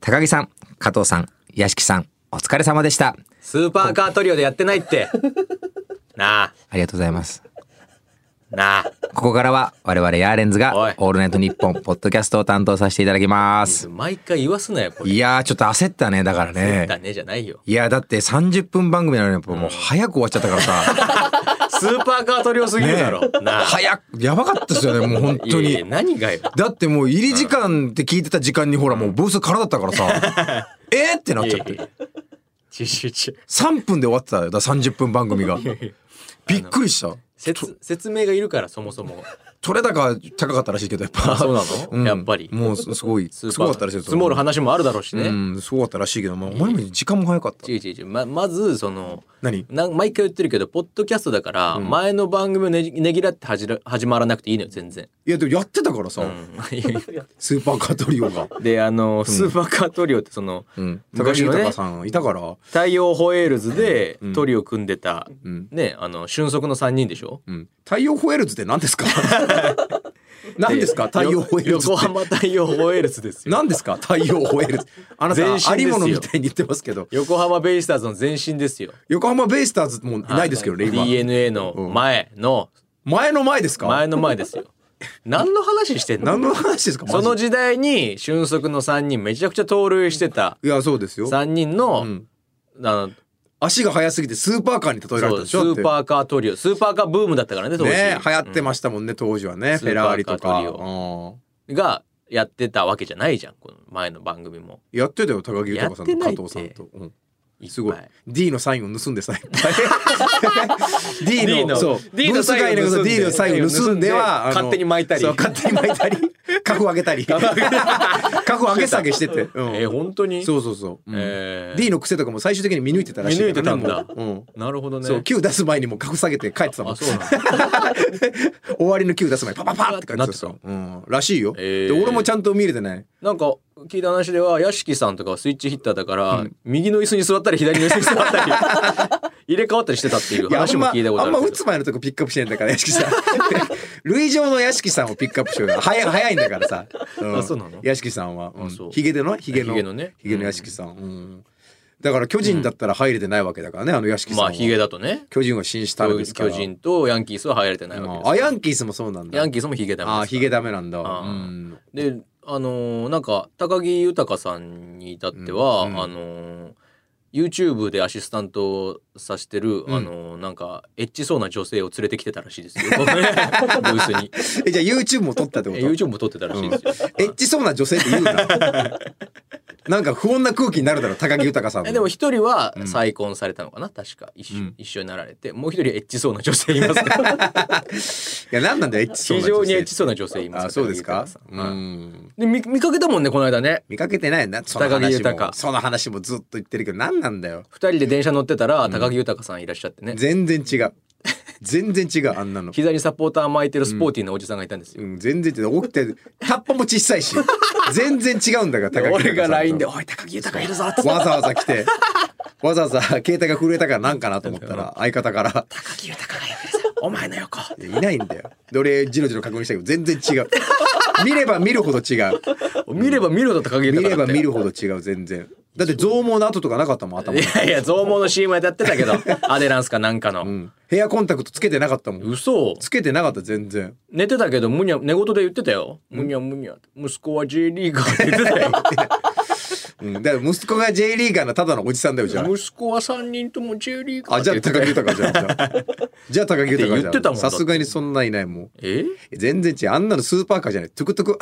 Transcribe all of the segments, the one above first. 高木さん、加藤さん、屋敷さん、お疲れ様でした。スーパーカートリオでやってないって。なあ、ありがとうございます。なあ。ここからは我々ヤーレンズおいがオールナイトニッポンポッドキャストを担当させていただきます。毎回言わすなよ、これ。いやーちょっと焦ったねだからだね。ねじゃないよ。いやーだって30分番組なのにやっぱもう早く終わっちゃったから さ。スーパーカートリオすぎるだろ。ねえなあ。早くやばかったですよねもう本当いやいにや。何がよ。だってもう入り時間って聞いてた時間にほらもうブース空だったから さ。えーってなっいちやゃっいてや。ちちち3分で終わってたよだから30分番組が。びっくりした。説説明がいるからそもそも取れ高高かったらしいけどやっぱ。そうなのんやっぱりもうすすごい。スすーごパかーったらしいよ積もる話もあるだろうしうねん、すごかったらしいけど、まあ、お前も時間も早かった。ちちちままずその何な毎回言ってるけどポッドキャストだから前の番組をねじねぎらって始ら始まらなくていいのよ全然いや、でもやってたからさ、 スーパーカトリオ が。であのスーパーカートリオってそのうん、高昔橋のね豊さんいたから、太陽ホエールズでトリオ組んでたんねあの俊足の3人でしょうん、太陽ホエールズって何 ですか何ですか太陽ホエールズ横って。浜太陽ホエール ズですよ何ですか太陽ホエ ールズ。あな前身ですよた、ありものみたいに言ってますけど、横浜ベイスターズの前身ですよ横浜ベイスターズもいないですけど、レイバー。 DNA の前の前の前ですか前の前で すよ何の話してん何のの話ですかマジその時代に俊足の3人めちゃくちゃ盗塁してたいや、そうですよ。 3人の,、んあの足が速すぎてスーパーカーに例えられたそうでしスょだってーパーカートリオスーパーカーブームだったからね当時ね流行ってましたもんね、当時はね。スフーェパラーーカーリとトか。リオうんがやってたわけじゃないじゃんこの前の番組もやってたよ高木豊さんとやってない加っ藤てさんと、うんいっぱすごい D のサインを盗んでさいっぱい D のそう D のブース外のこと D のサインを盗んではあの勝手に巻いたりそう勝手に巻い たりカフ上げたりカフ上げ下げしてて、うんえー本当にそうそうそう、うんえー D の癖とかも最終的に見抜いてたらしい見抜いてたんだからねもううんなるほどねそう9出す前にもうカフ下げて帰ってたもんあそう なんだ 終わりの9出す前にパパパって感じでなってうん、らしいよ、えーで俺もちゃんと見れてないなんか聞いた話では屋敷さんとかはスイッチヒッターだから、右の椅子に座ったり左の椅子に座った り入れ替わったりしてたっていういやあん話もま聞いたことああんるまけ打どつ前のとこピックアップしてないんだから屋敷 さん塁上の屋敷さんをピックアップしようよ早い早いんだからさ、んあそうなの屋敷さんは、うんそうヒゲでのヒゲのヒゲのねヒゲの屋敷さん、うんだから巨人だったら入れてないわけだからね、あの屋敷さんまは、あヒゲだとね巨人は紳士たるですから巨人とヤンキースは入られてないわけまであすあヤンキースもそうなんだヤンキースもヒゲダメですからあヒゲダメなんだあーうんであのーなんか高木豊さんに至っては、あのー YouTube でアシスタントをさしてる、あのーなんかエッチそうな女性を連れてきてたらしい ですよブースにえじゃあ YouTube も撮ったってこえと YouTube も撮ってたらしいですよ、エッチそうな女性って言う ななんか不穏な空気になるだろ高木豊さんのえでも一人は再婚されたのかな確か一緒,、一緒になられてもう一人エッチそうな女性います けどいや何なんだよエッチそう非な女性常にエッチそうな女性いますあそうですか高木う豊さんはいんで見見かけたもんねこの間ね見かけてないなその高木話豊もその話もずっと言ってるけど何なんだよ二人で電車乗ってたら高木豊さんいらっしゃってね、全然違う全然違うあん なの、膝にサポーター巻いてるスポーティーなおじさんがいたんですよ、うん、全然違う起きてタッパも小さいし全然違うんだから高木俺豊さんがと LINE で「おい高木豊いるぞ」っつってわざわざ来てわざわざ携帯が震えたからなんかなと思った ら相方から「高木豊がいるぞお前の横」 「いないんだよ」で俺ジロジロ確認したけど全然違う見れば見るほど違う 見れば見るほど高木見豊れだばって見るほど違う全然だって増毛の跡とかなかったもん頭いに、やいや増毛の CM やってたけ どアデランスかなんかの、うん、ヘアコンタクトつけてなかったもん嘘つけてなかった全然寝てたけどむにゃ寝言で言ってたよ「むにゃむにゃ」息子は J リーガー」って言ってたようん、だから息子が J リーガーのただのおじさんだよじゃあ。 息子は三人とも J リーガーあっじてゃあ言って高た木よ豊じゃんじゃあ。じゃあ高木豊ってじ言ゃってたもん。んさすがにそんないないもん。え全然違う。あんなのスーパーカーじゃない。トゥクトゥク。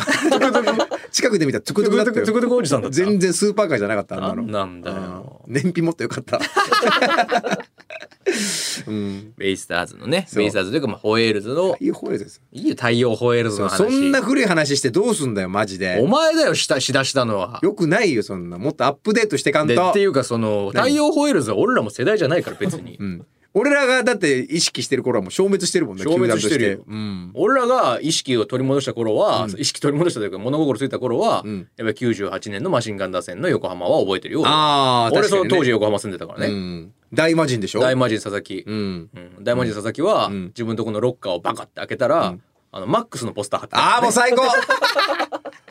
近くで見たらトゥクトゥクだったよ。トゥクトゥクトゥクトゥクおじさんだった全然スーパーカーじゃなかったあんななの。んなんだようん燃費もっとよかっ た。うん。ベイスターズのねそうベイスターズというかまあホエールズのいい方ですいいよ太陽ホエールズのよ。話そんな古い話してどうすんだよマジおで。前だよしたしだしたのはよくないよそんな。もっとアップデートしてかんでとってい。うかその太陽ホエールズは俺らも世代じゃないから別に、うん俺らがだって意識してる頃はもう消滅してるもんね。消滅してるよ球団とうん。俺らが意識を取り戻した頃は、意識取り戻したというか物心ついた頃は、んやっぱり98年のマシンガン打線の横浜は覚えてるよああ、確俺かそにのね当時横浜住んでたからね、うん、大魔神でしょ大魔神佐々木、うんうん大魔神佐々木は、ん自分とこのロッカーをバカって開けたら、あのマックスのポスター貼ってああもう 最高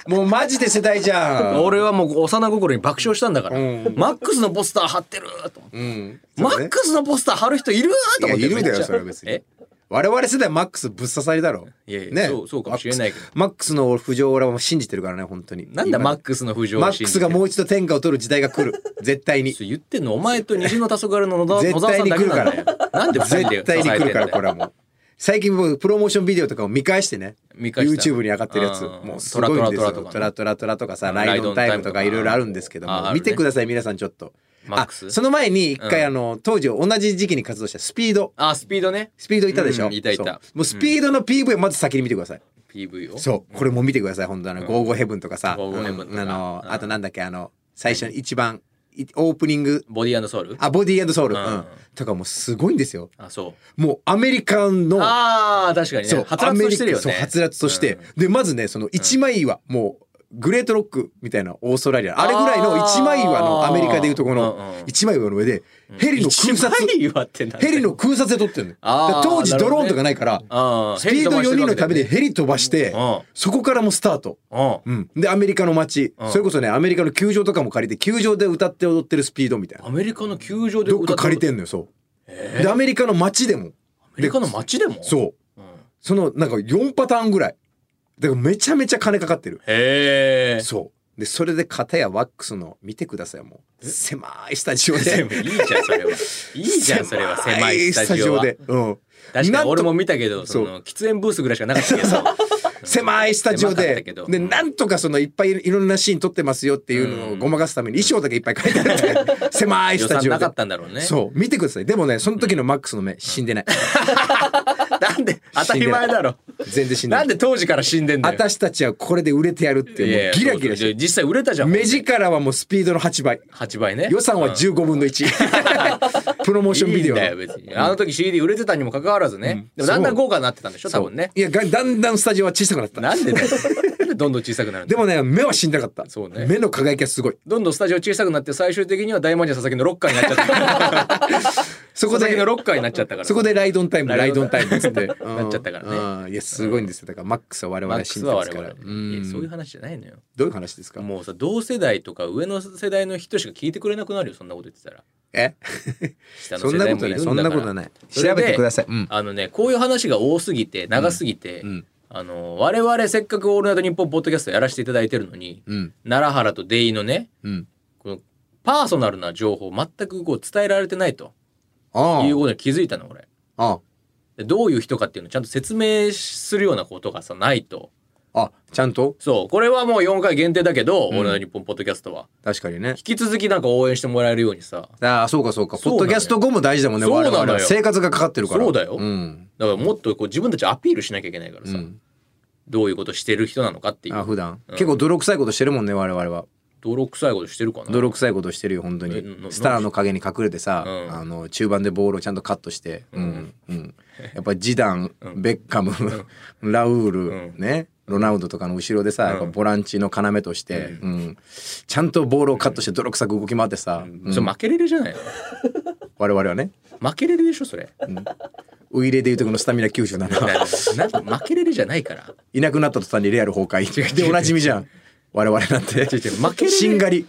もうマジで世代じゃん俺はもう幼心に爆笑したんだから、うんマックスのポスター貼ってると思って、うんマックスのポスター貼る人いるといや思っていいるんだよそれは別にえ我々世代マックスぶっ刺さりだろいやいやねそうそうかもしれないけどマックスマックスの浮上を俺はもう信じてるからね本当になんだ今マックスの浮上マをック信じスてがもう一度天下を取る時代が来 る絶対に言ってんのお前と虹の黄昏の野沢野絶沢対さんにだ来るけなかんだよらなんで絶対に来るからこれれはもう最近僕プロモーションビデオとかを見返してね見返した YouTube に上がってるやつうんもうすごいんですよトラトラトラとかねトラトラトラとかさうんライドオンタイムとラかイいドオろいンタイムとかろあるんですけどああもるね見てください皆さんちょっとマッあクスその前に一回うんあの当時同じ時期に活動したスピードあスピードねスピードいたでしょうんいたいたそうもうスピードの PV をまず先に見てください PV をそうこれも見てください本当あの「ゴーゴーヘブン」とかさゴーゴーヘブンとかうんあのうんあとなんだっけあの最初に一番いオープニングボディソウルあボディーソウルうんうんとかもうすごいんですよあそうもうアメリカンのあー確かにそねうはつらつとしてるアメよねリカそうはつらつとして、でまずねその一枚岩、もうグレートロックみたいなオーストラリアあれぐらいの一枚岩のアメリカでいうとこうんのうん一枚岩の上でヘリの空撮、一枚岩ってなんだヘよリの空撮で撮ってるのよだからあー当時なるドほどねローンとかないから、あースピード4人の旅でヘヘリ飛ばして、うんそこからもうスタート。リ飛ばしてるわけだよねうん、でアメリカの街、うんそれこそねアメリカの球場とかも借りて球場で歌って踊ってるスピードみたいうんなアメリカの球場でどっか歌って借りてんのよそう、でアメリカの街でもアメリカの街でもうそうそのなんか4パターンぐらいだからめちゃめちゃ金かかってるへえそうでそれで片やワックスの見てくださいもう狭いスタジオででもいいじゃんそれはいいじゃんそれは狭いスタジオはで、うん、確かに俺もなんと見たけどそそうの喫煙ブースぐらいしかなかったけど狭いスタジオ狭かっでたけどでなんとかそのいっぱいいろんなシーン撮ってますよっていうのをごまかすために衣装だけいっぱい書いてある狭い 予スタ算ジオなかでったんだろうねそう見てくださいでもねその時のマックスの目死んでないなんで当たり前だろ全然死んでなないんで当時から死んでんだよ私たちはこれで売れてやるっていやいもうやギラギラそうしそう実際売れたじゃてん目力はもうスピードの8倍8倍ね予算は15分の1プロモーションビデオいいんだよ別にあの時 CD 売れてたにもかかわらずね、でもだんだん豪華になってたんでしょ多分ねいやがだんだんスタジオは小さくなったなんで だよなんでどんどん小さくなるんだでもよね目は死んでなかったそうね目の輝きはすごいどんどんスタジオ小さくなって最終的には大魔神佐々木のロッカーになっちゃったからそこ佐々木でのロッカーになっちゃったからそこでライドオンタイムラライイドドオオンンタタイイムムっつって なっちゃったからねうんいやすごいんですよだからマックスは我々マッはク死スんではます我か々らういやそうんいう話じゃないのよどういう話ですかもうさ同世代とか上の世代の人しか聞いてくれなくなるよそんなこと言ってたらえ下 そのん世な代こともいないるそんんだなかことらないそれ調でべてくださいうんあのねこういう話が多すぎて長すぎて、うんあの我々せっかく「オールナイトニッポン」ポッドキャストやらせていただいてるのに、うん奈良原とデイのねうんこのパーソナルな情報全くこう伝えられてないとあいうことに気づいたの俺ああでどういう人かっていうのをちゃんと説明するようなことがさないとああちゃんとそうこれはもう4回限定だけど「オールナイトニッポン」ポッドキャストは確かにね引き続きなんか応援してもらえるようにさああそうかそうかそうポッなのよドキャスト後も大事だもんねそう我なのよ々は生活がかかってるからそうだよんだからもっとこう自分たちをアピールしなきゃいけないからうさ、んどういうことしてる人なのかっていあう普段結構泥臭いことしてるもんね我々は泥臭いことしてるかな泥臭いことしてるよ本当えになスターの影に隠れてさ、うんあの中盤でボールをちゃんとカットして、うんうん、やっぱジダン、ベッカム、 ラウール、ねロナウドとかの後ろでさ、やっぱボランチの要として、うんちゃんとボールをカットして泥臭く動き回ってさ、うんそれ負けれるじゃないの我々はね負けれるでしょそれウイレでいうとこのスタミナ97ななん負けれるじゃないからいなくなった途端にレアル崩壊でおなじみじゃん我々なんて違う負けれるしんがり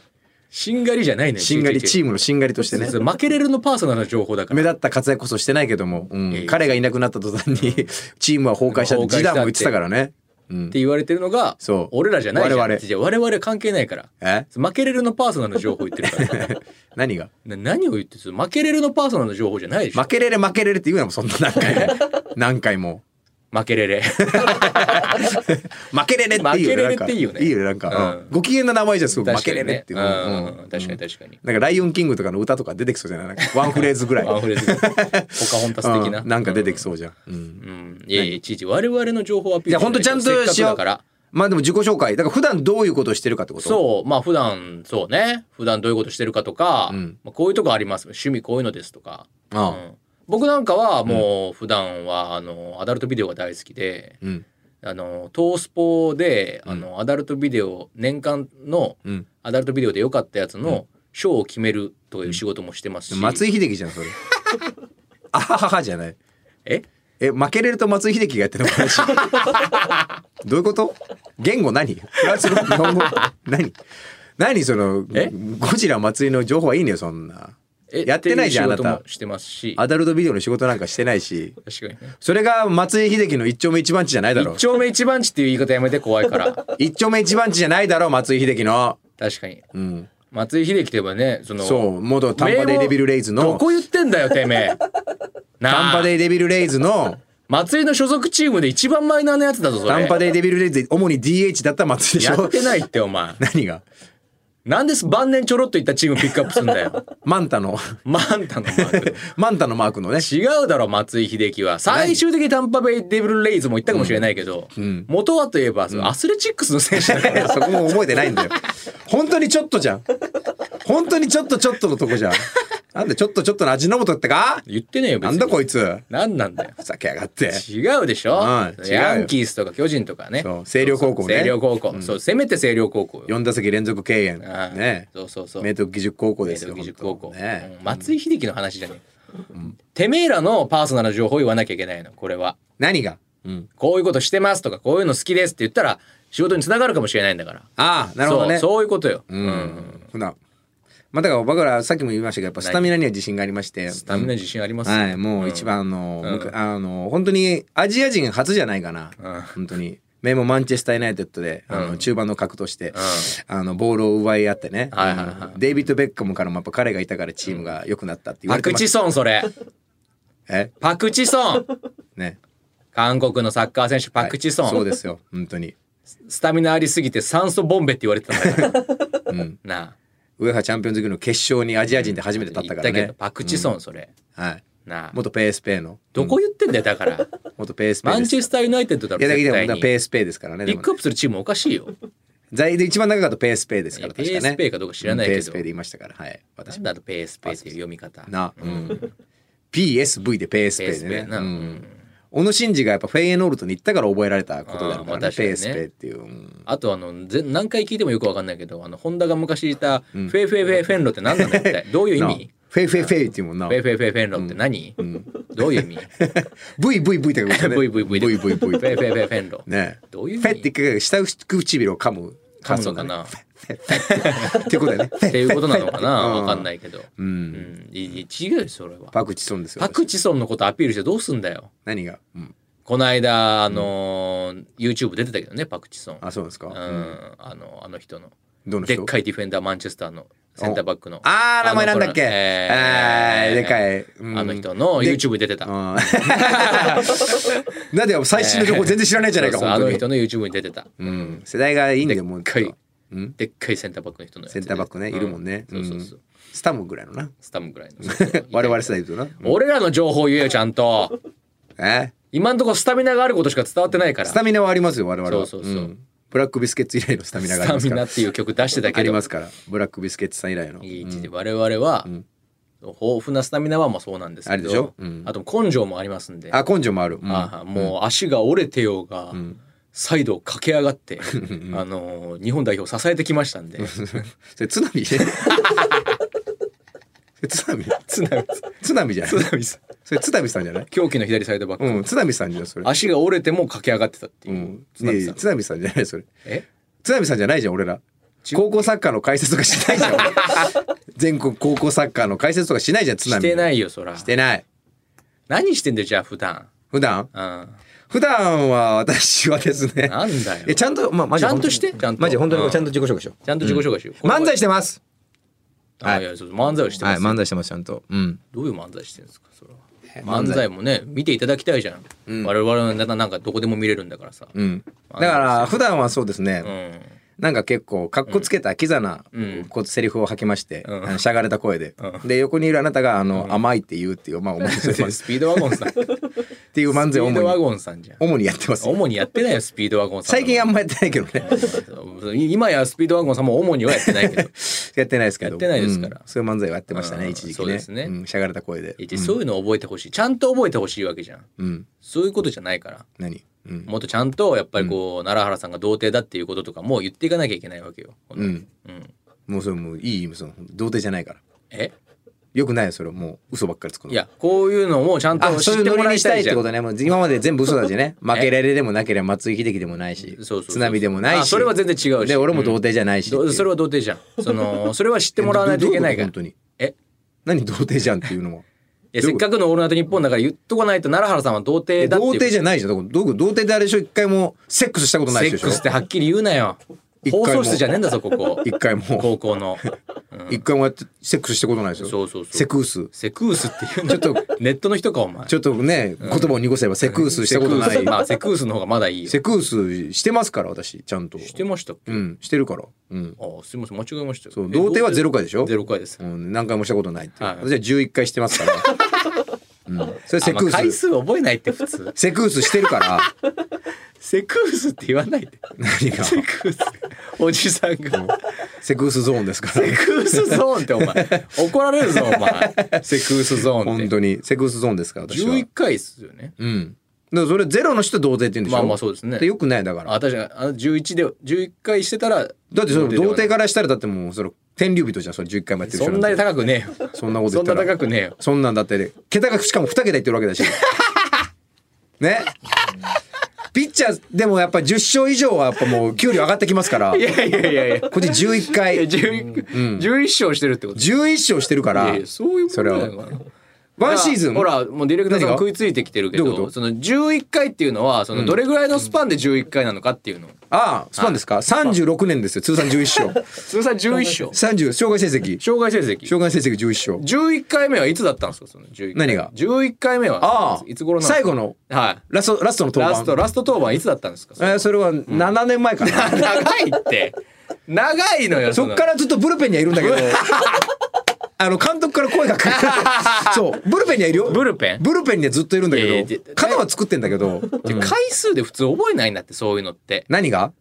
しんがりじゃないねしんがりチーームのしんがりとしてね負けれるのパーソナルな情報だから目立った活躍こそしてないけども、うんいやいや彼がいなくなった途端 にチームは崩壊したってジ崩壊しダたっンても言ってたからね。うんって言われてるのがそう俺らじゃないじゃん我々違う我々関係ないからえ負けれるのパーソナルな情報言ってる から何がな何を言ってる負けれるのパーソナルな情報じゃないでしょ負けれれ負けれれって言うなもんそんな何回 も何回も負けれれ負けれれっていう負けれれなんかっていいよねいいよねなんか、うんうんご機嫌な名前じゃんすごく負確かけにれれねっていう、うんうん確かに確かになんか「ライオンキング」とかの歌とか出てきそうじゃないなんかワンフレーズぐらい ワンフレーズポカホンタス的なうんなんか出てきそうじゃん、うんうんいやいやいちいち我々の情報をアピいールやほんとちゃんとしせっよかうくだからまあでも自己紹介だから普段どういうことをしてるかってことそうまあ普段そうね普段どういうことしてるかとか、うんまあ、こういうとこあります趣味こういうのですとか、うああん、僕なんかはもう普段はあのアダルトビデオが大好きでうんあのトースポであのアダルトビデオ年間のうんアダルトビデオで良かったやつの賞を決める という仕事もしてますし、松井秀喜じゃんそれあはははじゃないええ負けれると松井秀喜がやってるのこの話 どういうこと言語何フランスの日本語何何そのえゴジラ松井の情報はいいのよそんなやってないじゃんあなっていう仕た事もしてますしアダルトビデオの仕事なんかしてないし確かにねそれが松井秀喜の一丁目一番地じゃないだろ一丁目一番地っていう言い方やめて怖いから一丁目一番地じゃないだろ松井秀喜の確かにうん松井秀喜といえばねそのそう元タンパデイレビルレイズ名簿どのこ言ってんだよ てめえタンなパあデイレビルレイズ の松井の所属チームで一番マイナーなやつだぞそれタンパデイレビルレイズで主に DH だった松井でしやっょてないってお前 何がなんです晩年ちょろっといったチームピックアップすん だよマンタのマンタのマークマンタのマークの ね違うだろ松井秀喜は最終的にタンパベイデビルレイズも行ったかもしれないけど、元はといえばそのアスレチックスの選手だから、そこも覚えてないんだよ。本当にちょっとじゃん。本当にちょっとちょっとのとこじゃん。なんでちょっとちょっとの味の素ってか言って ねえよ別なにんだこいつ。なんなんだよふざけやがって。違うでしょ、うん違うよヤンキースとか巨人とかねそう星稜高校ね星稜高校、そうせめて星稜高校よ4打席連続敬遠。ああねそうそうそう明徳義塾高校ですよ。明徳義塾高校、本当ねうん松井秀喜の話じゃねえ、てめえらのパーソナル情報を言わなきゃいけないのこれは何がこういうことしてますとかこういうの好きですって言ったら仕事につながるかもしれないんだからああ、なるほどね。そうそういうことよ、うんほな。まあだから僕らさっきも言いましたけど、やっぱスタミナには自信がありまして。スタミナ自信あります、はい、もう一番あの、むくあの本当にアジア人初じゃないかな、うん本当に。名門マンチェスター・ユナイテッドで、あの中盤の格として、あのボールを奪い合ってね、はいはいはいあのデイビッド・ベッカムからもやっぱ彼がいたからチームが良くなったって言わパれてクまチす。ソンそれえパクチ ソンね。韓国のサッカー選手パクチソン、そうですよ、本当に。スタミナありすぎて酸素ボンベって言われてたんだ からなあウェファチャンピオンズリーグの決勝にアジア人で初めて立ったから言けねど。パクチソンそれ、はい。なあ元 PSP の。どこ言ってんだよだから元 PSP です。マンチェスターユナイテッドだいやろだけ絶どだ対にからピ PSP ですからね。でもックアップするチームおかしいよ在で一番長かった PSP ですからい確やかね。 PSP かどうか知らないけどうん PSP で言いましたから、はい。私なんだろ PSP っていう読み方な、うん、PSV で PSP で PSP ね、なうん、小野伸二がやっぱフェイエノールトに行ったから覚えられたことであるから、ねあーまあ確かにね PSP っていう、うんあとあのぜ何回聞いてもよくわかんないけどあのホンダが昔いたフェイフェイフェイフェンロって何なんだってどういう意な味フェイフェイフェイっていうもんなフェイフェイフェイフェンロって何、どういう意味 VVV って書く ブイブイブイブイブイブでイフェイフェイフェイフェンロ、ねどういう意フ味ェって一回下唇を噛む噛むのかな、っていうことだよねっていうことなのかなうんわかんないけど、うんいい違うよそれはパクチソンですよパクチソンのことアピールしてどうすんだよ何が、うん、この間あのー YouTube 出てたけどねパクチソンあそうですか、うんあのあの人のどので人っかいディフェンダーマンチェスターのセンターバックのあー名前なんだっけあのえー、でかい、うんあの人の YouTube に出てたうん なんで最新の情報全然知らないじゃないか、そうそうあ本当のに人の YouTube に出てたうん、世代がいいんだよもうでっかいでっかいセンターバックの人のやつセンターバックね、うんいるもんね、そうそうそううんスタムぐらいのなスタムぐらいのそうそう 我々世代だとな俺らの情報言えよちゃんとえ今んとこスタミナがあることしか伝わってないからスタミナはありますよ我々はそうそうそうんブラックビスケッツ以来のスタミナがありまスすタかミらナっていう曲出してたあけりどますからブラックビスケッツさん以来のいい位置で我々は、豊富なスタミナはまあそうなんであすけるどでしょうんあと根性もありますんであ根性もある、うんああもう足が折れてようが、サイドを駆け上がって、あのー日本代表を支えてきましたん でそれ津波それ津波津波津波じゃない津波さんそれ津波さんじゃない狂気の左サイドバック、うん津波さんじゃないそれ足が折れても駆け上がってたっていう、うん津波さん津波さんじゃないそれえ津波さんじゃないじゃん俺ら高校サッカーの解説とかしないじゃん 俺全国高校サッカーの解説とかしないじゃん津波してないよそらしてない何してんだよじゃあ普段普段うん普段は私はですねなんだよえちゃんとまあマジでちゃん本と当にしてちゃんとマジで本当にこれうんちゃんと自己紹介しよちゃんと自己紹介しよう、う漫才してますあいやそう漫才をしてはまいす、漫才してますちゃんとうんどういう漫才してるんですかそれは漫才もね見ていただきたいじゃん、我々のなんかどこでも見れるんだからさ、うんだから普段はそうですね、うんなんか結構かっこつけたキザなこうセリフを吐きまして、あのしゃがれた声で、で横にいるあなたがあの、甘いって言うっていうまあ主にそう いうスピードワゴン さんスピっていう漫才をー主ドワにゴンさんじゃん主にやってます。主にやってないよスピードワゴンさん最近あんまやってないけど ね。今やスピードワゴンさんも主にはやってないけどやってないですけど。やってないですからうんそういう漫才をやってましたうねん一時期ね。そうですねんしゃがれた声で。いやそういうの覚えてほしいちゃんと覚えてほしいわけじゃんうん。そういうことじゃないから何？うん。もっとちゃんとやっぱりこう奈良原さんが童貞だっていうこととかも言っていかなきゃいけないわけよ、うん。うんもうそれもういいその童貞じゃないから。えよくないよそれもう嘘ばっかりつくのいやこういうのもちゃんとあ知そういっうてノもリらにいしたたいいっじてゃんことねもう今まで全部嘘だし ね負けられでもなければ松井秀喜でもないしそうそうそう津波でもないしあそれは全然違うしで俺も童貞じゃないしっていう、どそれは童貞じゃ んそのそれは知ってもらわないといけないかえどううらことえ本当に何童貞じゃんっていう のもいやせっかくの「オールナイトニッポン」だから言っとかないと奈良原さんは童え貞だって童いう貞じゃないじゃんどういうこと童貞であれでしょ一回もセックスしたことないセ人ッでしょクスってはっきり言うなよ一回放も送室じゃねえんだぞここ一回も高 校の、うん一回もやってセックスしたことないですよそうそうそうセクウスセクウスって言うんだちょっネットの人かお前 ちょっとね言葉を濁せばセクウスしたことなセクウスまいあセクウスの方がまだいいよしセクウスしてますから私ちゃんとてましたっけ、うんしてるからうんあすいません間違えましたよそうえ童貞はゼロ回でしょゼロ回です、うん何回もしたことないってはい私は11回してますから うんそれセあまクあウ回ス数覚えないって普通 セクウスしてるからセクウスって言わないで 何がセクウスおじさんがセクウスゾーンですからセクウスゾーンって お前怒られるぞお前セクウスゾーン本って当にセクウスゾーンですから私は11回っすよねうんだからそれゼロの人童貞って言うんでしょまあまあそうですねでよくないだからあ確かにあの11で11回してたらだってその童貞では童貞からしたらだってもうその天竜人じゃんそれ11回もやってるそ人んなに高くねえよそんなこと言そっんたなら高くねえよそんなんだって、桁がしかも2桁いってるわけだし。 ね。ピッチャーでもやっぱ10勝以上はやっぱもう給料上がってきますから、こいやいやいやいやっち11回、11 11 11勝してるってこと勝してるかいらやい、やそういうことだそれよワンシーズン、ほらもうディレクターさん何が食いついてきてるけどういうこどとその11回っていうのはそのどれぐらいのスパンで11回なのかっていうのああ、スパンですか ?36 年ですよ、通算11勝。通算11勝30、障害成績、障害成績障害成績11勝。 11回目はいつだったんですかその11回何が11回目はああいつ頃なんですか最後のはいラスト、ラストの登ラスト板。ラスト当番いつだったんですかそれえーそれは7年前かな。長いって長いのよそっからずっとブルペンにはいるんだ けど、あの、監督から声がか かる。そう、ブルペンにはいるよ。ブルペンブルペンにはずっといるんだいやけいやど、肩は作ってんだけど、じゃあ回数で普通覚えないんだってそういうのって何が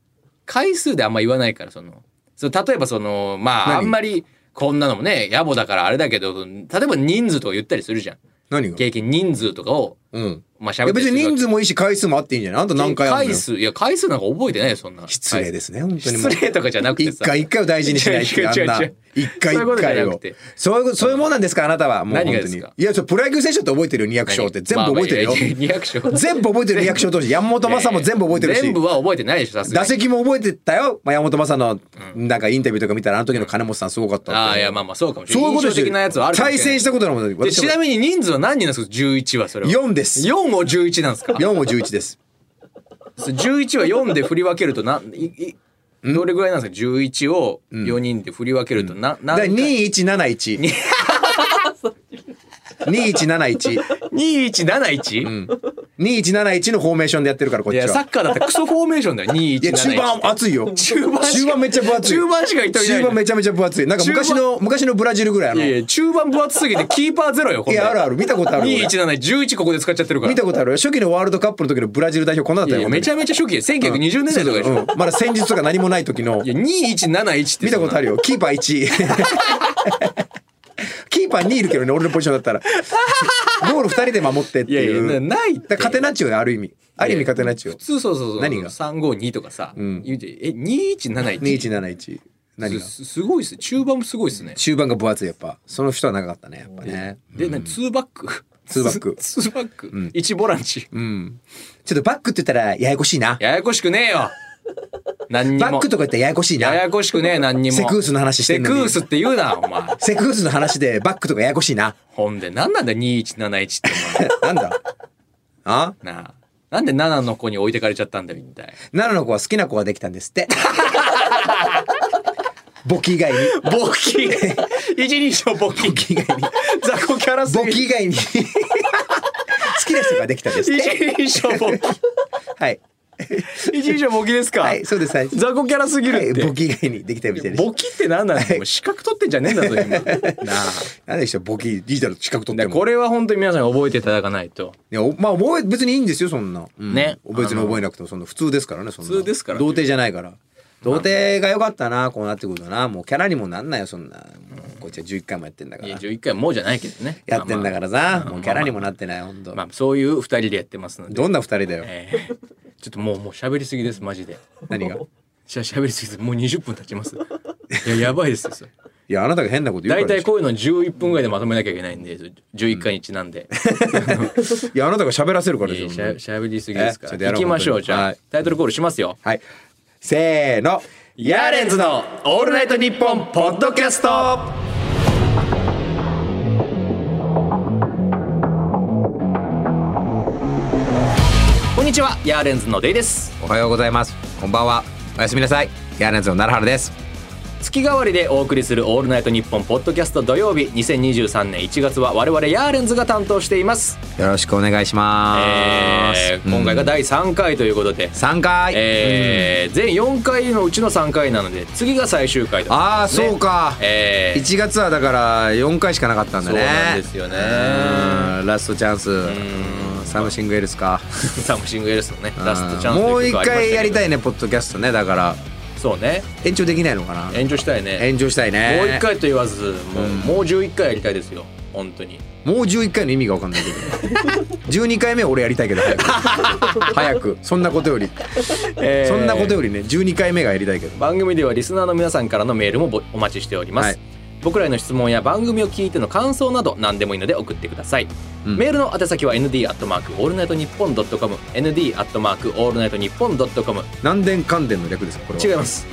回数であんま言わないからそのその例えばそのまああ何んまりこんなのもね野暮だからあれだけど例えば人数とか言ったりするじゃん何が経験人数とかをうん。まあしいゃべやっ別てに人数もいいし回数もあっていいんじゃないあんた何回あるの回よ数いや回数なんか覚えてないよそんな失礼ですね、本当にも失う。礼とかじゃなくて一さ回一回を大事にしないっていうあんな 違う違う違う。一回そういうこ一とじゃ回なくをて。そういうこと、そういうもんなんですかあなたは。もう何本がで当すにか。いや、それプロ野球選手だって覚えてるよ、200勝って。全部覚えてるよ。 200章全部覚えてる200勝投手。山本正も全部覚えてるし。全部は覚えてないでしょさすが打に席も覚えてたよ、まあ、山本昌のなんかインタビューとか見たらあの時の金本さんすごかったってああいやまあまあそうかもしれそなういいうこと印象的なやつはあるかもしれ対ない戦したことなもんで私ちなみに人数は何人なんですか11はそれは4です4を11なんですか4を11です11は4で振り分けるとないいどれぐらいなんですか11を4人で振り分けるとな、だ何から回 2171 2171 2171、 2171のフォーメーションでやってるからこっいちやサはッカーだったらクソフォーメーションだよいや2171中盤熱いよ中盤しか中盤めっちゃ分厚い中盤しか人いない中盤めちゃめちゃ分厚いなんか昔の昔のブラジルぐらいあいのやいや中盤分厚すぎてキーパーゼロよこいれやあるある見たことある俺2171ここで使っちゃってるから見たことあるよ初期のワールドカップの時のブラジル代表こんなだっいたやいよやめちゃめちゃ初期1920年代とかでしょ、うんまだ戦術とか何もない時のいや2171って見たことあるよ。キーパー1。キーパー2いるけどね、俺のポジションだったら。ゴール2人で守ってっていやいいう。やなないってだからカテナッチョよ、ある意味。ある意味カテナッチ普ョ。通そうそうそう何が352とかさ、ん言うてえ2171 2171。何がすすごいっす中盤もすごいっすね、中盤が分厚い、やっぱ。その人は長かったね、やっぱね。でな2バックツーバック ツーバック、1ボランチうん。ちょっとバックって言ったらややこしいな。ややこしくねえよ何にバもックとか言ったらややこしいやな。やこしくねえ何にもセクウスの話してんのにセクウスって言うなお前セクウスの話でバックとかややこしい な。ほんで何なんだ2171ってお前なんだ あなあなんで7の子に置いてかれちゃったんだよ一体奈良の子は好きな子ができたんです って。簿記以外に。ボキ一人称ボキ以外に。雑魚キャラす簿ぎる記以外 に好きな人ができたです。一人称ボキはい。一人称ボキですか、はい、そうです。はい。雑魚キャラすぎはいるって、簿記以外にできたみたいです。ボキって何なんだよもう資格取ってんじゃねえんだぞ今なあなんでしょ簿記リーダーの資格取ってでも。これは本当に皆さん覚えていただかないといや、おまあ、覚え、別にいいんですよ、そんな。うんね別に覚えなくても、そんな普通ですからね、そんな。普通ですから童貞じゃないから。童貞が良かったな、こうなってくるとな、もうキャラにもなんないよ、そんな。もうこっちは11回もやってんだかいやら。 11回もうじゃないけどねやってんだからまあさ、まあもうキャラにもなってない、ほんとま。あ、まあそういう2人でやってますので、どんな二人だよ。えー ちょっともうもう喋りすぎですマジで何が。しゃ喋りすぎですもう20分経ちますいややばいですよそれいやあなたが変なこと言うか大ら体でしょこういうの11分ぐらいでまとめなきゃいけないんで11回にちなん で、いやあなたが喋らせるからいやでししょゃしゃべりすぎですかえらちょっとや行ろうきましょうじゃあ、はいタイトルコールしますよはいせーのヤーレンズの「オールナイトニッポン」ポッドキャストこんにちはヤーレンズのデイですおはようございますこんばんはおやすみなさいヤーレンズの奈良原です月替わりでお送りする「オールナイトニッポン」ポッドキャスト土曜日2023年1月は我々ヤーレンズが担当しています、よろしくお願いしまえー今回が第3回ということで、三回えー全4回のうちの3回なので次が最終回と、ああそうか、えー1月はだから4回しかなかったんだねそうなんですよねうんラストチャンスうんサムシングエルスかサムシングエルスのねラストチャンスもう一回やりたいいねポッドキャストねだからそうね延長できないのかな延長したいね延長したいねもう一回と言わずもう,、もう11回やりたいですよ本当にもう11回の意味が分かんないけど12回目は俺やりたいけど早く 早くそんなことより、えーそんなことよりね12回目がやりたいけど番組ではリスナーの皆さんからのメールもぼお待ちしております、はい僕らへの質問や番組を聞いての感想など何でもいいので送ってください、うんメールの宛先は ND アットマークオールナイトニッポンドットコム ND アットマークオールナイトニッポンドットコム何年関連の略ですかこれは違います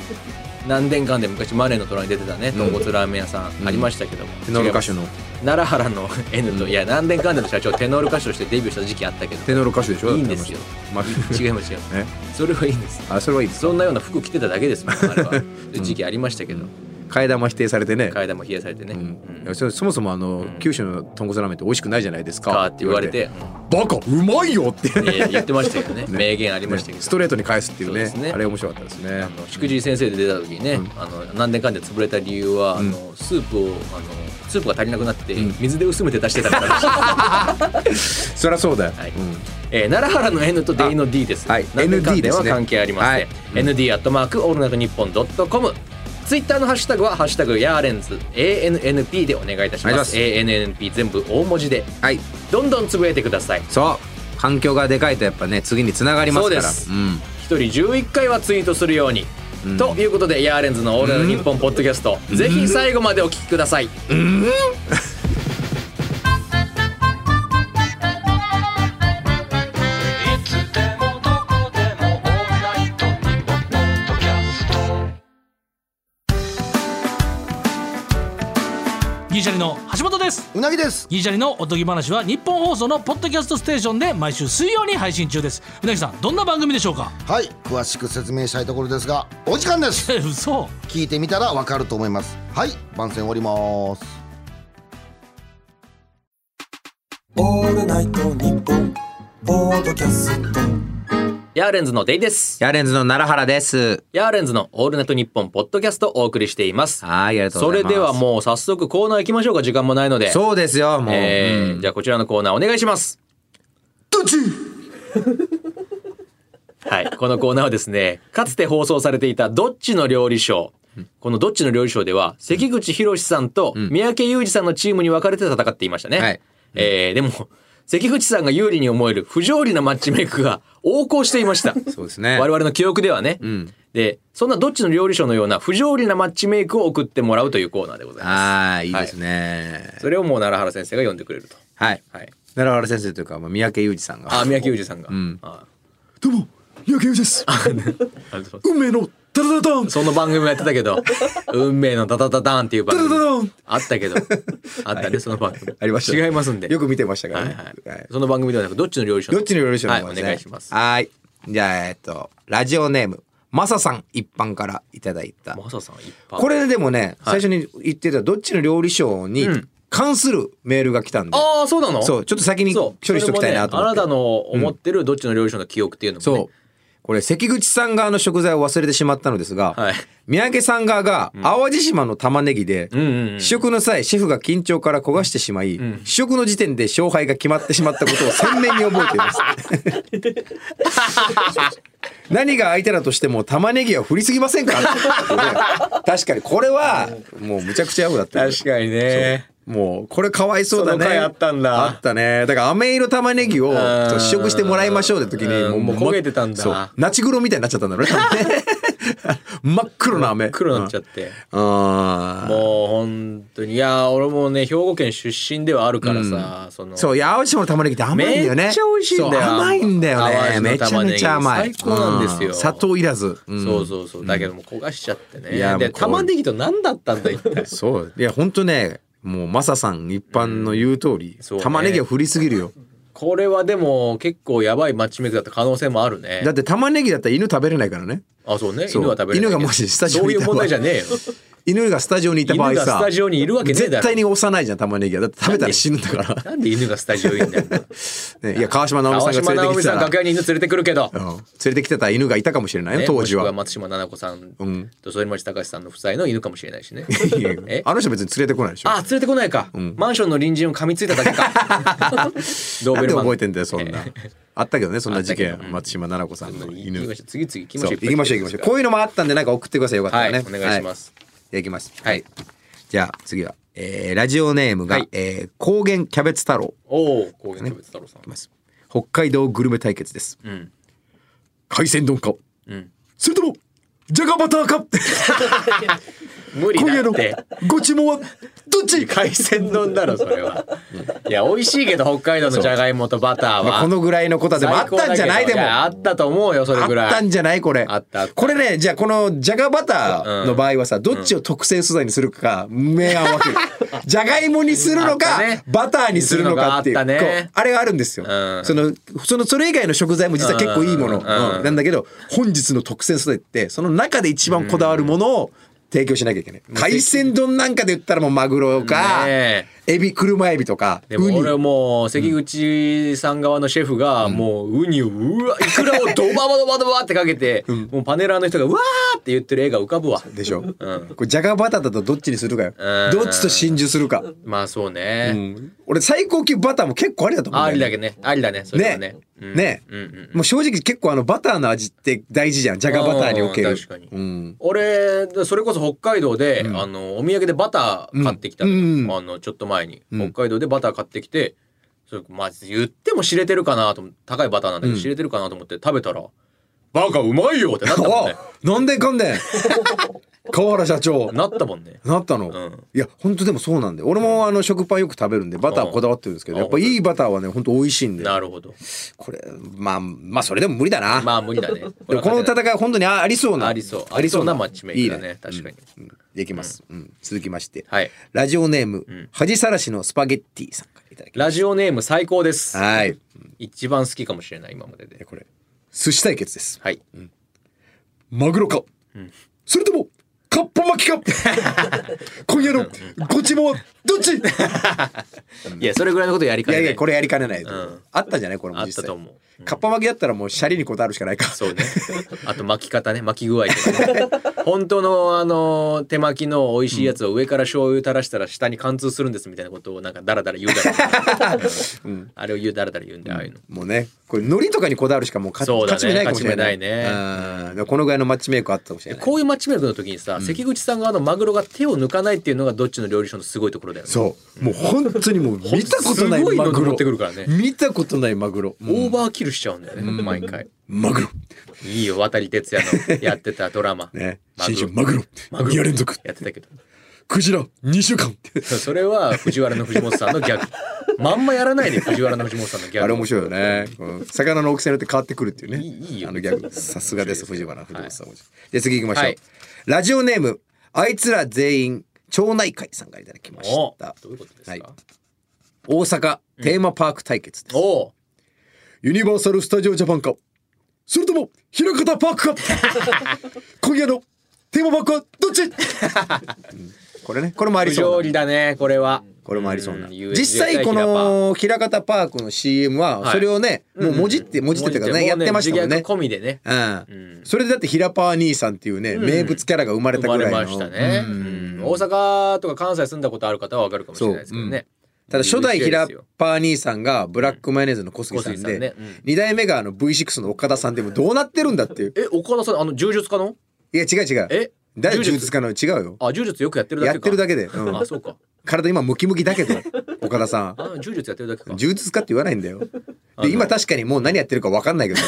何年間で昔マネーの虎に出てたね豚骨ラーメン屋さうんんありましたけども、テノール違いま歌す手の奈良原の N と、いや何年間での社長テノール歌手としてデビューした時期あったけどテノール歌手でしょいいんですよまあ違います違いますえそれはいいんですあそれはいいですそんなような服着てただけですもんあ れは時期ありましたけど替え玉否定されてね替え玉冷やされてね、ううんんいやそそもそもあの、ん九州の豚骨ラーメンって美味しくないじゃないですかかって言われて、バカうまいよってうんいや 言ってましたけどね名言ありましたけど、ストレートに返すっていうねそうですねあれ面白かったですねあのしくじり先生で出た時にね、あの何年間で潰れた理由んは、あのスープをあのスープが足りなくなって、水で薄めて足してたから らしい、そりゃそうだよ、はいうんえー奈良原の N とデイの D です、あはい何年間 ND でですはね関係ありません、はいうん ND アットマークオールナイトニッポンドットコムツイッターのハッシュタグは「ハッシュタグヤーレンズ ANNP」でお願いいたしお願いしまますす ANNP 全部大文字ではいどんどんつぶやいてくださいそう環境がでかいとやっぱね次につながりますからそうですん、一人11回はツイートするように、うんということでヤーレンズの「オールナイトニッポン」ポッドキャスト、ぜひ最後までお聞きください、いつでもどこでもオーライトニッポンポッドキャストギリシャリの橋本ですうなぎですギリシャリのおとぎ話は日本放送のポッドキャストステーションで毎週水曜に配信中ですうなぎさんどんな番組でしょうかはい詳しく説明したいところですがお時間ですえ嘘聞いてみたらわかると思いますはい番宣終わりますオールナイトニッポンポッドキャストヤーレンズのデイですヤーレンズの奈良原ですヤーレンズの「オールナイトニッポン」ポッドキャストをお送りしていますはいありがとうそございれますではもう早速コーナー行きましょうか時間もないのでそうですよもう、えーうんじゃあこちらのコーナーお願いしますどっち はいこのコーナーはですねかつて放送されていた「どっちの料理ショー」この「どっちの料理ショー」では関口宏さんと三宅裕二さんのチームに分かれて戦っていましたね、はいえーでも関口さんが有利に思える不条理なマッチメイクが横行していました そうですね我々の記憶ではね、んでそんな「どっちの料理ショー」のような不条理なマッチメイクを送ってもらうというコーナーでございまあすーいいですねそれをもう奈良原先生が読んでくれるとはい、はい奈良原先生というかまあ三宅裕二さんがあ、三宅裕二さんが。んあどうも三宅裕二 ですありがとうござい運命のタラタラタンますその番組もやってた けど、運命のダダダダンっていう番ダダダダ組ン。あっ たけど、あったね、その番組。ありました違いますんで。よく見てましたかはらいね、はい。その番組ではなく、どっちの料理書どっちの料理しはい、お願いします。はいじゃあえっとラジオネームマサさん一般からいただいたマサさん一般。これでもね、はい最初に言ってたどっちの料理賞にうん関するメールが来たんで、ああ、そうなのそうちょっと先にそ処う理しときたいなと思ってそれもねあなたの思ってるどっちの料理書の記憶っていうのもね。そうこれ関口さん側の食材を忘れてしまったのですが、はい三宅さん側が淡路島の玉ねぎで、うんうんうん試食の際シェフが緊張から焦がしてしまい、試食の時点で勝敗が決まってしまったことを鮮明に覚えています 何が相手だとしても玉ねぎは振りすぎませんかってことで確かにこれはもうむちゃくちゃアホだったよね確かにね。もうこれかわいそうだねその回あったんだあったねだから飴色玉ねぎをんそう試食してもらいましょうって時にうんもうもう焦げてたんだ そうナチグロみたいになっちゃったんだろうね多分ね真っ黒な雨黒になっちゃっうんて。あーもう本当にいや俺もね兵庫県出身ではあるからさ、そのそう、八尾市の玉ねぎって甘いんだよね。めっちゃ美味しいんだよそう甘いんだよ淡ね。路めのちゃ玉ねぎめちゃ甘い。最高なんですよう砂糖いらず。うんそうそうそうだけどもう焦がしちゃってね、いやでもうこう玉ねぎと何だったんだ一 体そう。いや、ほんとね、もうマサさん一般の言う通りそう、ね玉ねぎは振りすぎるよ。これはでも結構やばいマッチメイクだった可能性もあるねだって玉ねぎだったら犬食べれないからね。あそうねそう犬は食べれない犬がもしスタジオそうにいいうた場合問題じゃねえよ犬がスタジオにいた場合犬がさス、タジオにいるわけねえだ絶ろ対に押さないじゃん、玉ねぎは。だって食べたら死ぬんだかなんで犬がスタジオいんだ よら。ねいや、川島直川美さんが島連れ直てきて美さたんら。楽屋に犬連れてくるけど、うん連れてきてた犬がいたかもしれないね、ね当時もしくはは。松島菜々子さんうんと反町隆史さんの夫妻の犬かもしれないしね いやえあの人別に連れてこないでしょ。あ連れてこないか、マンションの隣人を噛みついた だけかドーなんベでルマン覚えてんだよそんな。あったけどねそんな事あっ件たけどうん松島奈々子さんの行き犬ましょう。次々行きまそしょうう。行きましょう行きましょう。こういうのもあったんでなんか送ってくださいよかったらね。はいお願いしますはい。じゃあ行きます。はい。じゃあ次はえーラジオネームはがいえー高原キャベツ太郎おお、高原キャベツ太郎さんい。ます。北海道グルメ対決です。うん。海鮮丼か。うん。それともジャガバターか。無理今夜だのって。ご注文はどっち？海鮮丼だろそれは。いや美味しいけど北海道のじゃがいもとバターは。まあこのぐらいのことはでもあったんじゃないで最高だけども。やあったと思うよそれぐらい。あったんじゃないこれあったあったこれねじゃあこのじゃがバターの場合はさ、どっちを特製素材にするか明暗分 けるじゃがいもにするのあっか、たねバターにするのかっていうするのがあったねこうあれがあるんですよ、うんそのそのそれ以外の食材も実は結構いいもの、うんうんうんなんだけど本日の特製素材ってその中で一番こだわるものを提供しなきゃいけない、海鮮丼なんかで言ったらもうマグロか、ねエビ車エビとかでウもニ俺もう関口さん側のシェフがもうウニをうわいくらをドババドバドバってかけてもうパネラーの人がうわーって言ってる絵が浮かぶわでしょ、これじゃがバターだとどっちにするかよ、うんどっちと真珠するかまあそうね、うん俺最高級バターも結構ありだと思うんあだりよだね。けねありだねそれねはねうんねうんうんもう正直結構あのバターの味って大事じゃんじゃがバターにおけうるん確かにうん俺それこそ北海道で、あのお土産でバター買ってきたのよ、うんうんあのちょっと前に、うん北海道でバター買ってきてそれまあ言っても知れてるかなと思って高いバターなんだけどうん知れてるかなと思って食べたら「バカうまいよ!」ってなった もんねおなんでかんでん河原社長なったもんねなったの、うんいや本当でもそうなんで俺もあの食パンよく食べるんでバターこだわってるんですけどうんやっぱいいバターはね本当美味しいんでなるほどこれまあまあそれでも無理だな、まあ無理だね でもこの戦いは本当にあありそうなありそうありそうなマッチメイクだねいい確かにうんうんできます、うん続きまして、はいラジオネーム、ん恥さらしのスパゲッティさんからいただきまラジオネーム最高ですすはい一番好きかもしれない今までえでこれ寿司対決ですはいマグロか、それともカッパ巻きか 今夜のご注文はどっ ちいいやそれぐらいのことやりかねやないいやこれやりかねない、んあったんじゃないこれもあっ実た際と思うカッパ巻きだったらもうシャリにこだわるしかないかそうね。あと巻き方ね、巻き具合と かね。本当のあの手巻きの美味しいやつを上から醤油垂らしたら下に貫通するんですみたいなことをなんかダラダラ言うだろうね、 うんあれを言うダラダラ言うんでああいうの。もうねこれ海苔とかにこだわるしかもう勝そうだね勝ち目ないかもしれない勝ち目ないね、うんこのぐらいのマッチメイクあったかもしれないこういうマッチメイクの時にさ、関口さん側のマグロが手を抜かないっていうのがどっちの料理賞のすごいところだよね。そうもう本当にもう見たことないすごいのマグ持ロってくるからね見たことないマグロオーバーキルしちゃうんだよね、毎回。マグロいいよ、渡哲也のやってたドラ マ。ねマグ新ロ春マグロマグロ2夜連続やってたけど。クジラ2週間それは藤原の藤本さんのギャグ。まんまやらないで藤原の藤本さんのギャグ。あれ面白いよね。うん魚の大きさによって変わってくるっていうね。いいいいよあのギャグ。さすがです、面藤白い原です藤本よさん。で、次行きましょう。はいラジオネーム、あいつら全員、町内会さんがいただきましおた。どういうことですか、はい大阪テーマパーク対決です。おうユニバーサル・スタジオ・ジャパンか、それとも、平方パー クか、今夜のテーマパークはどっ ち、うんこれね、これもあり不そう条な理だねこれはこれもありそうな。ん実際この平方パークの CM はそれをね、うんもう文字って文字ってというかねやってましたもん自ね。虐込みでねうんうんそれでだって平パー兄さんっていうね、名物キャラが生まれ生たまぐられいのましたね、うんうん大阪とか関西住んだことある方はわかるかもしれないですけどね、ただ初代有名平ですよパー兄さんがブラックマヨネーズの小杉さん小杉さんねでうん二代目があの V6 の岡田さんでもどうなってるんだっていうえ岡田さんあの柔術家のいや違う違うえ誰柔柔術術家の違うよあ柔術よくやってるだけかやってるだけで、うん あそうか体今ムキムキだけど岡田さんあ柔術やってるだけか柔術家って言わないんだよの で今確かにもう何やってるか分かんないけどね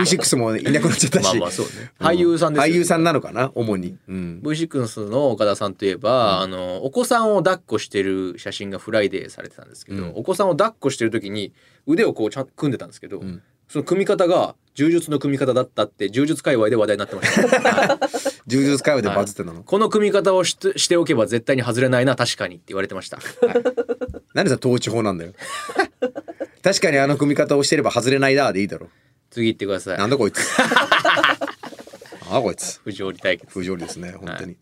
V6 もいなくなっちゃったまあしまあそうね俳優さんですよ俳ね優さんなのかな主に、うん、 V6 の岡田さんといえば、あのお子さんを抱っこしてる写真がフライデーされてたんですけど、うんお子さんを抱っこしてる時に腕をこうちゃん組んでたんですけど、んその組み方が柔術の組み方だったって柔術界隈で話題になってました、はい柔術会話で バズってたの、この組み方をしてしておけば絶対に外れないな確かにって言われて ました、なんでさ統治法なんだよ確かにあの組み方をしてれば外れないだでいいだろ次行ってくださいなんだこいつ ああこいつ不条理対決不条理ですね本当に、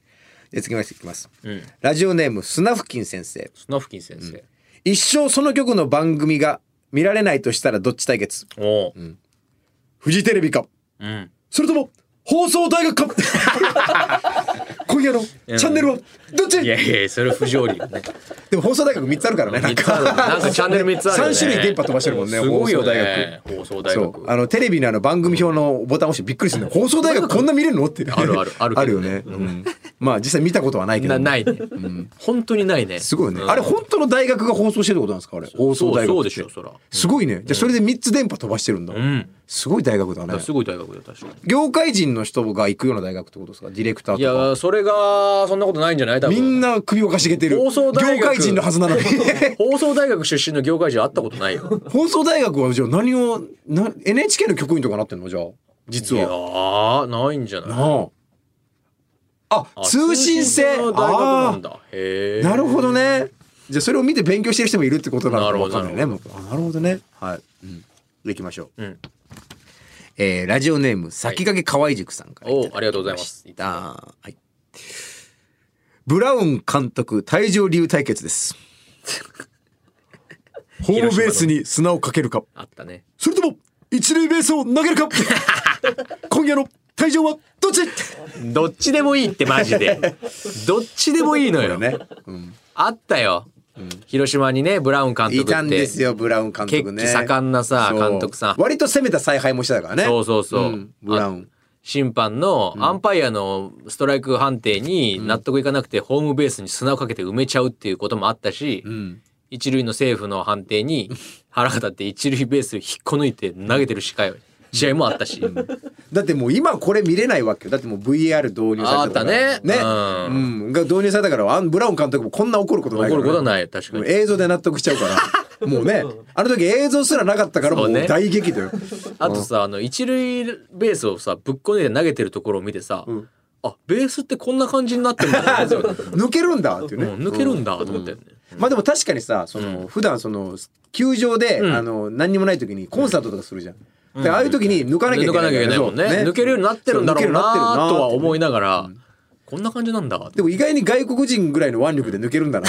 で次ましていきます、うんラジオネームスナフキン先生スナフキン先生、一生その曲の番組が見られないとしたらどっち対決おおうフジテレビかうんそれとも放送大学 か今夜のチャンネルはどっちいやいやいやそれ不条理よねでも放送大学3つあるからね なん三つあるかなんかチャンネル三つあるよね3種類電波飛ばしてるもんねすごいよ放送大ね学放送大そう学あのテレビのあの番組表のボタン押してびっくりするの放送大学こんな見れるのってあるあるあるけどあるよね、うんまあ実際見たことはないけどなない ね、ん本当にないねすごいね、うんあれ本当の大学が放送してるってことなんですかあれ放送大学ってそうそうでしょそらすごいねじゃあそれで3つ電波飛ばしてるんだ、うんすごい大学だだかねらすごい大学だよ確かに業界人の人が行くような大学ってことですかディレクターいやとーそれがそんなことないんじゃない多か分みんな首をかしげてる放送大学業界人のはずな のに 放送大学出身の業界人会ったことないよ放送大学はじゃあ何をな NHK の局員とかなってんのじゃあ実いやはーないんじゃないなあああ通信制通の大学なあんだへあえなるほどねじゃあそれを見て勉強してる人もいるってことなのかもわかんないねなもうあなるほどねはい、うん、行きましょう、うんえーラジオネーム先駆け河合塾さんからいただきおありがとうございますしたはいブラウン監督退場理由対決です ホームベースに砂をかけるかあったねそれとも一塁ベースを投げる か今夜の退場はどっちどっちでもいいってマ ジでどっちでもいいのよ、ね、うん、あったよ、広島にねブラウン監督っていたんですよブラウン監督ね血気盛んなさそう監督さん割と攻めた采配もしてたからねそうそうそう、んブラウン審判のアンパイアのストライク判定に納得いかなくてホームベースに砂をかけて埋めちゃうっていうこともあったし、ん一塁のセーフの判定に 腹が立って一塁ベースを引っこ抜いて投げてる試合試合もあったし、だってもう今これ見れないわけよだってもう VAR 導入されたからあったねううん、が導入されたからあんブラウン監督もこんな怒ることないから、怒ることはないないよ確かに。映像で納得しちゃうから もうねあの時映像すらなかったからもそううね大激怒よ、あとさあの一塁ベースをさぶっこねて投げてるところを見てさ、あベースってこんな感じになってるんだと 思って抜けるんだっていうね、もう抜けるんだと思ったよね。まあでも確かにさその、普段その球場で、あの何にもない時にコンサートとかするじゃん。でああいう時に抜かなきゃいけ抜なかいなきゃいけないもんねそう抜けるようになってるんだろそ抜けるよううなになってるなとは思いなながら、こんな感じなんだでも意外に外国人ぐらいの腕力で抜けるんだ な。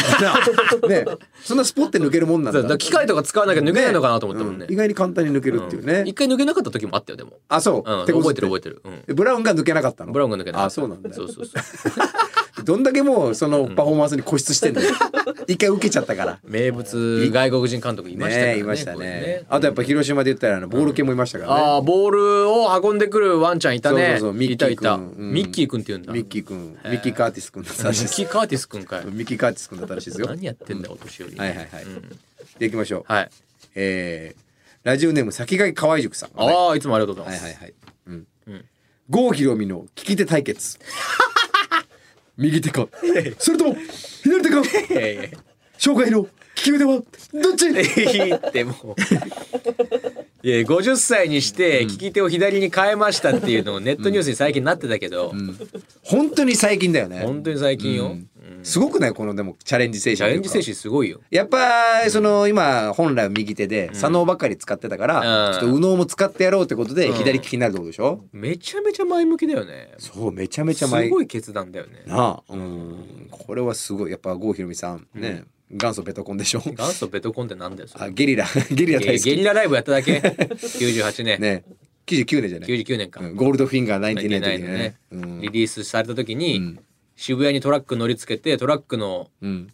ねそんなスポって抜けるもんなんだだ。から機械とか使わなきゃ抜けないのかなと思ったもんねう意外に簡単に抜けるっていうね。一回抜けなかった時もあったよでも、あそう、うん、手こず覚えてる覚えてる、うん、ブラウンが抜けなかったの。ブラウンが抜けなかったあそうなんだ。そうそうそうどんだけもうそのパフォーマンスに固執してんだよ。一回受けちゃったから。名物外国人監督 いましたからねねいましたこれね。あとやっぱ広島で言ったらあのボール系もいましたからね。ああボールを運んでくるワンちゃんいたそねうそうそうミッキーいたいた、君うんミッキー君って言うんだミッキーくん、ミッキーカーティスくんだったらミしいでッすキ。ーカーティス君かいミッキーカーティスくんだったらしいですよ。はい何やってんだお年寄りはいはい。で、行きましょう。はいえーラジオネーム先駆け河合塾さん。はいああいつもありがとうございはまいす、はいはい。うん。郷ひろみの利き手対 決。右手か。それとも左手か。いやいや紹介の利き腕はどっち？いいってもういや50歳にして利き手を左に変えましたっていうのをネットニュースに最近なってたけど、本当に最近だよ本ね。当に最近よ、すごくないこのでもチャレンジ精神。チャレンジ精。神すごいよやっぱその今本来は右手で左脳ばっかり使ってたから、うんちょっと右脳も使ってやろうってことで左利きになるってことでしょ、めちゃめちゃ前向きだよねすそうめちゃめちゃ前ごい決断だよねなあうんこれはすごいやっぱ郷ひろみさんね、元祖ベトコンでしょ元祖ベトコンってなんだよそれあゲリラ ゲリラゲ大リ好ゲきリラライブやっただけ98年、ね99年じゃない、 99年か、うんゴールドフィンガー99年99ねのね、うんリリースされた時に、ん渋谷にトラック乗りつけてトラックのうん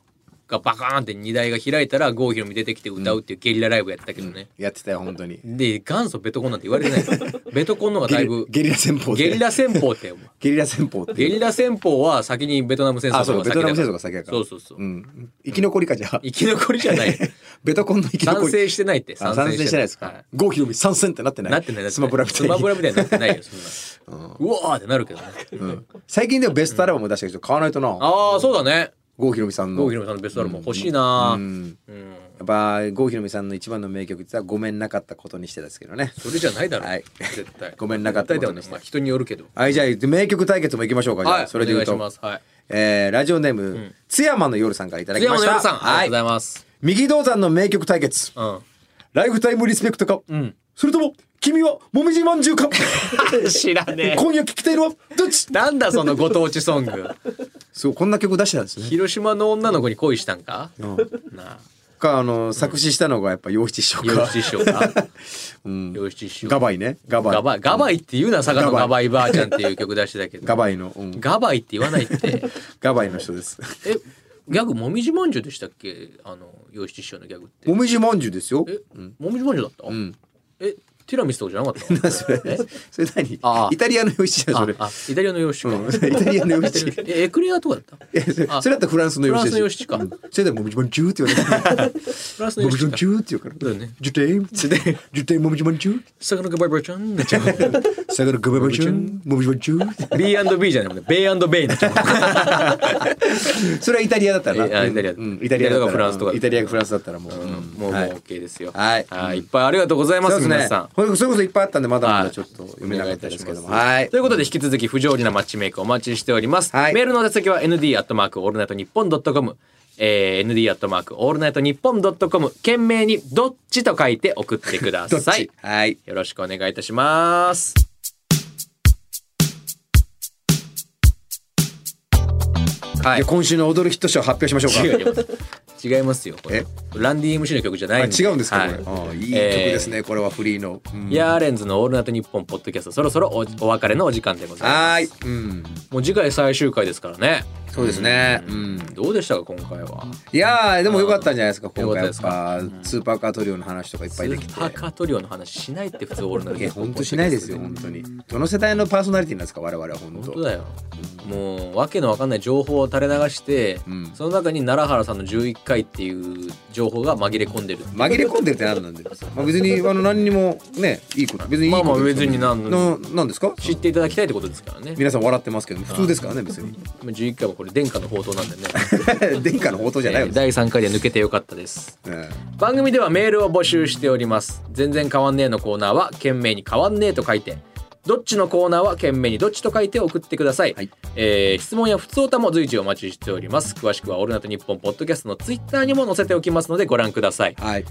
がバカーンって荷台が開いたら郷ひろみ出てきて歌うっていうゲリラライブやったけどね、やってたよ本当にで元祖ベトコンなんて言われてないベトコンの方がだいぶゲリラ戦法でゲリラ戦法ってお前ゲリラ戦法ってゲリラ戦法は先にベトナム戦争あそうとかかベトナム戦争が先やからそうそうそう、うん、生き残りかじゃあ生き残りじゃないベトコンの生き残賛り成してないってあ参戦してないですはか郷ひろみ参戦ってなってないなってないなってないスマブラみたいスマブにラみたいになってないよそんな、うわーってなるけどね、うん最近でもベストアルバム出したけど買わないとなああそうだね郷ひろみさんの郷ひろみさんのベストアルバム欲しいな、うんやっぱ郷ひろみさんの一番の名曲って言ったらごめんなかったことにしてですけどねそれじゃないだろ、はい絶対ごめんなかったこ絶対とだよにねし、てまあ、人によるけどはいじゃあ名曲対決もいきましょうかじゃあはいそれで言うとお願いしますはいえーラジオネーム、津山の夜さんからいただき杉まし山のた夜さん、あはりがとうございいます、右銅山の名曲対決うんライフタイムリスペクトか、それとも君はもみじまんじゅうか 知らねえ今夜聴きたいのはどっちなんだそのご当地ソン グそうこんな曲出してたんですね広島の女の子に恋したんか、なあかあの作詞したのがやっぱ洋七師匠洋か七師 匠か洋七師匠ガバイねガバイガバイガバイって言うな佐賀のガガババイばあちゃんっていう曲出してたけどガバイの、うんガバイって言わないってガバイの人ですえギャグもみじまんじゅうでしたっけあの洋七師匠のギャグってもみじまんじゅうですよえもみじまんじゅうだった、んえティラミスとかじゃなか ったそれえそれ何ああイタリアの洋七師匠あそれあイタリアの洋七か、うんイタリアの洋七イタリア えエクレアとかだったえそれあそれだったらフランスの洋七フランスの洋七かうんそれでもみじまんじゅうって言われてフランスのも洋みじまん七かじゅうって言うからそうだよねジュテイムジュテイムもみじまんじゅう佐賀のガバイばあちゃ んになっちゃうサガのガバイバンジュンもみじまんじゅう B&B じゃないもんねベイベイになっちゃうもんねそれはイタリアだったらえあなイタリアうんイタリアだったらイタリアとかフランスとかイタリアがフランスだったらもううんもうもうはい OK ですよはいいいっぱいありがとうございまそすうです皆ねさんこれそれこそいっぱいあったんでまだまはだいちょっと読めなかったですけどもお願いいたしまはすいということで引き続き不条理なマッチメイクをお待ちしております、はいメールの宛先は ND アットマークオールナイトニッポンドットコム ND アットマークオールナイトニッポンドットコム懸命にどっちと書いて送ってくだどっ さちいはいよろしくお願いいたしますはいじゃあ今週の踊るヒット賞発表しましょうか違います違いますよこれえランディ MC の曲じゃないあ違うんですか、はこいれああいい曲ですね、これはフリーの、うんヤーレンズの「オールナイトニッポン」ポッドキャストそろそろおお別れのお時間でございますはーい、うん、もう次回最終回ですからねそうですね、うん、どうでしたか今回はいやーでもよかったんじゃないですか今よか回ったやっですぱ、スーパーカートリオの話とかいっぱいできてスーパーカートリオの話しないって普通オールナイトいニやッポン本当しないですよ本当にどの世代のパーソナリティなんですか我々は本当本当だよもうわけのわかんない情報を垂れ流して、んその中に奈良原さんの11回っていう情報が紛れ込んでる紛れ込んでるって何なんで、まあ、別にあの何にもねいいこと別にいいことまあまあですよ別になんななんですか知っていただきたいってことですからね皆さん笑ってますけど普通ですからね別に まあ11回もこれ殿下の宝刀なんでね殿下の宝刀じゃないよ、えー第3回で抜けてよかったですうん番組ではメールを募集しております全然変わんねえのコーナーは懸命に変わんねえと書いてどっちのコーナーは懸命にどっちと書いて送ってください、はいえー質問や普通歌も随時お待ちしております詳しくはオールナイトニッポンポッドキャストのツイッターにも載せておきますのでご覧くださいはい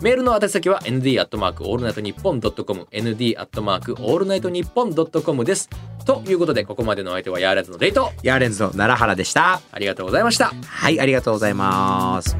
メールの宛先は ND アットマークオールナイトニッポンドットコム ND アットマークオールナイトニッポンドットコムですということでここまでのお相手はヤーレンズのデイトヤーレンズの奈良原でしたありがとうございましたはいありがとうございます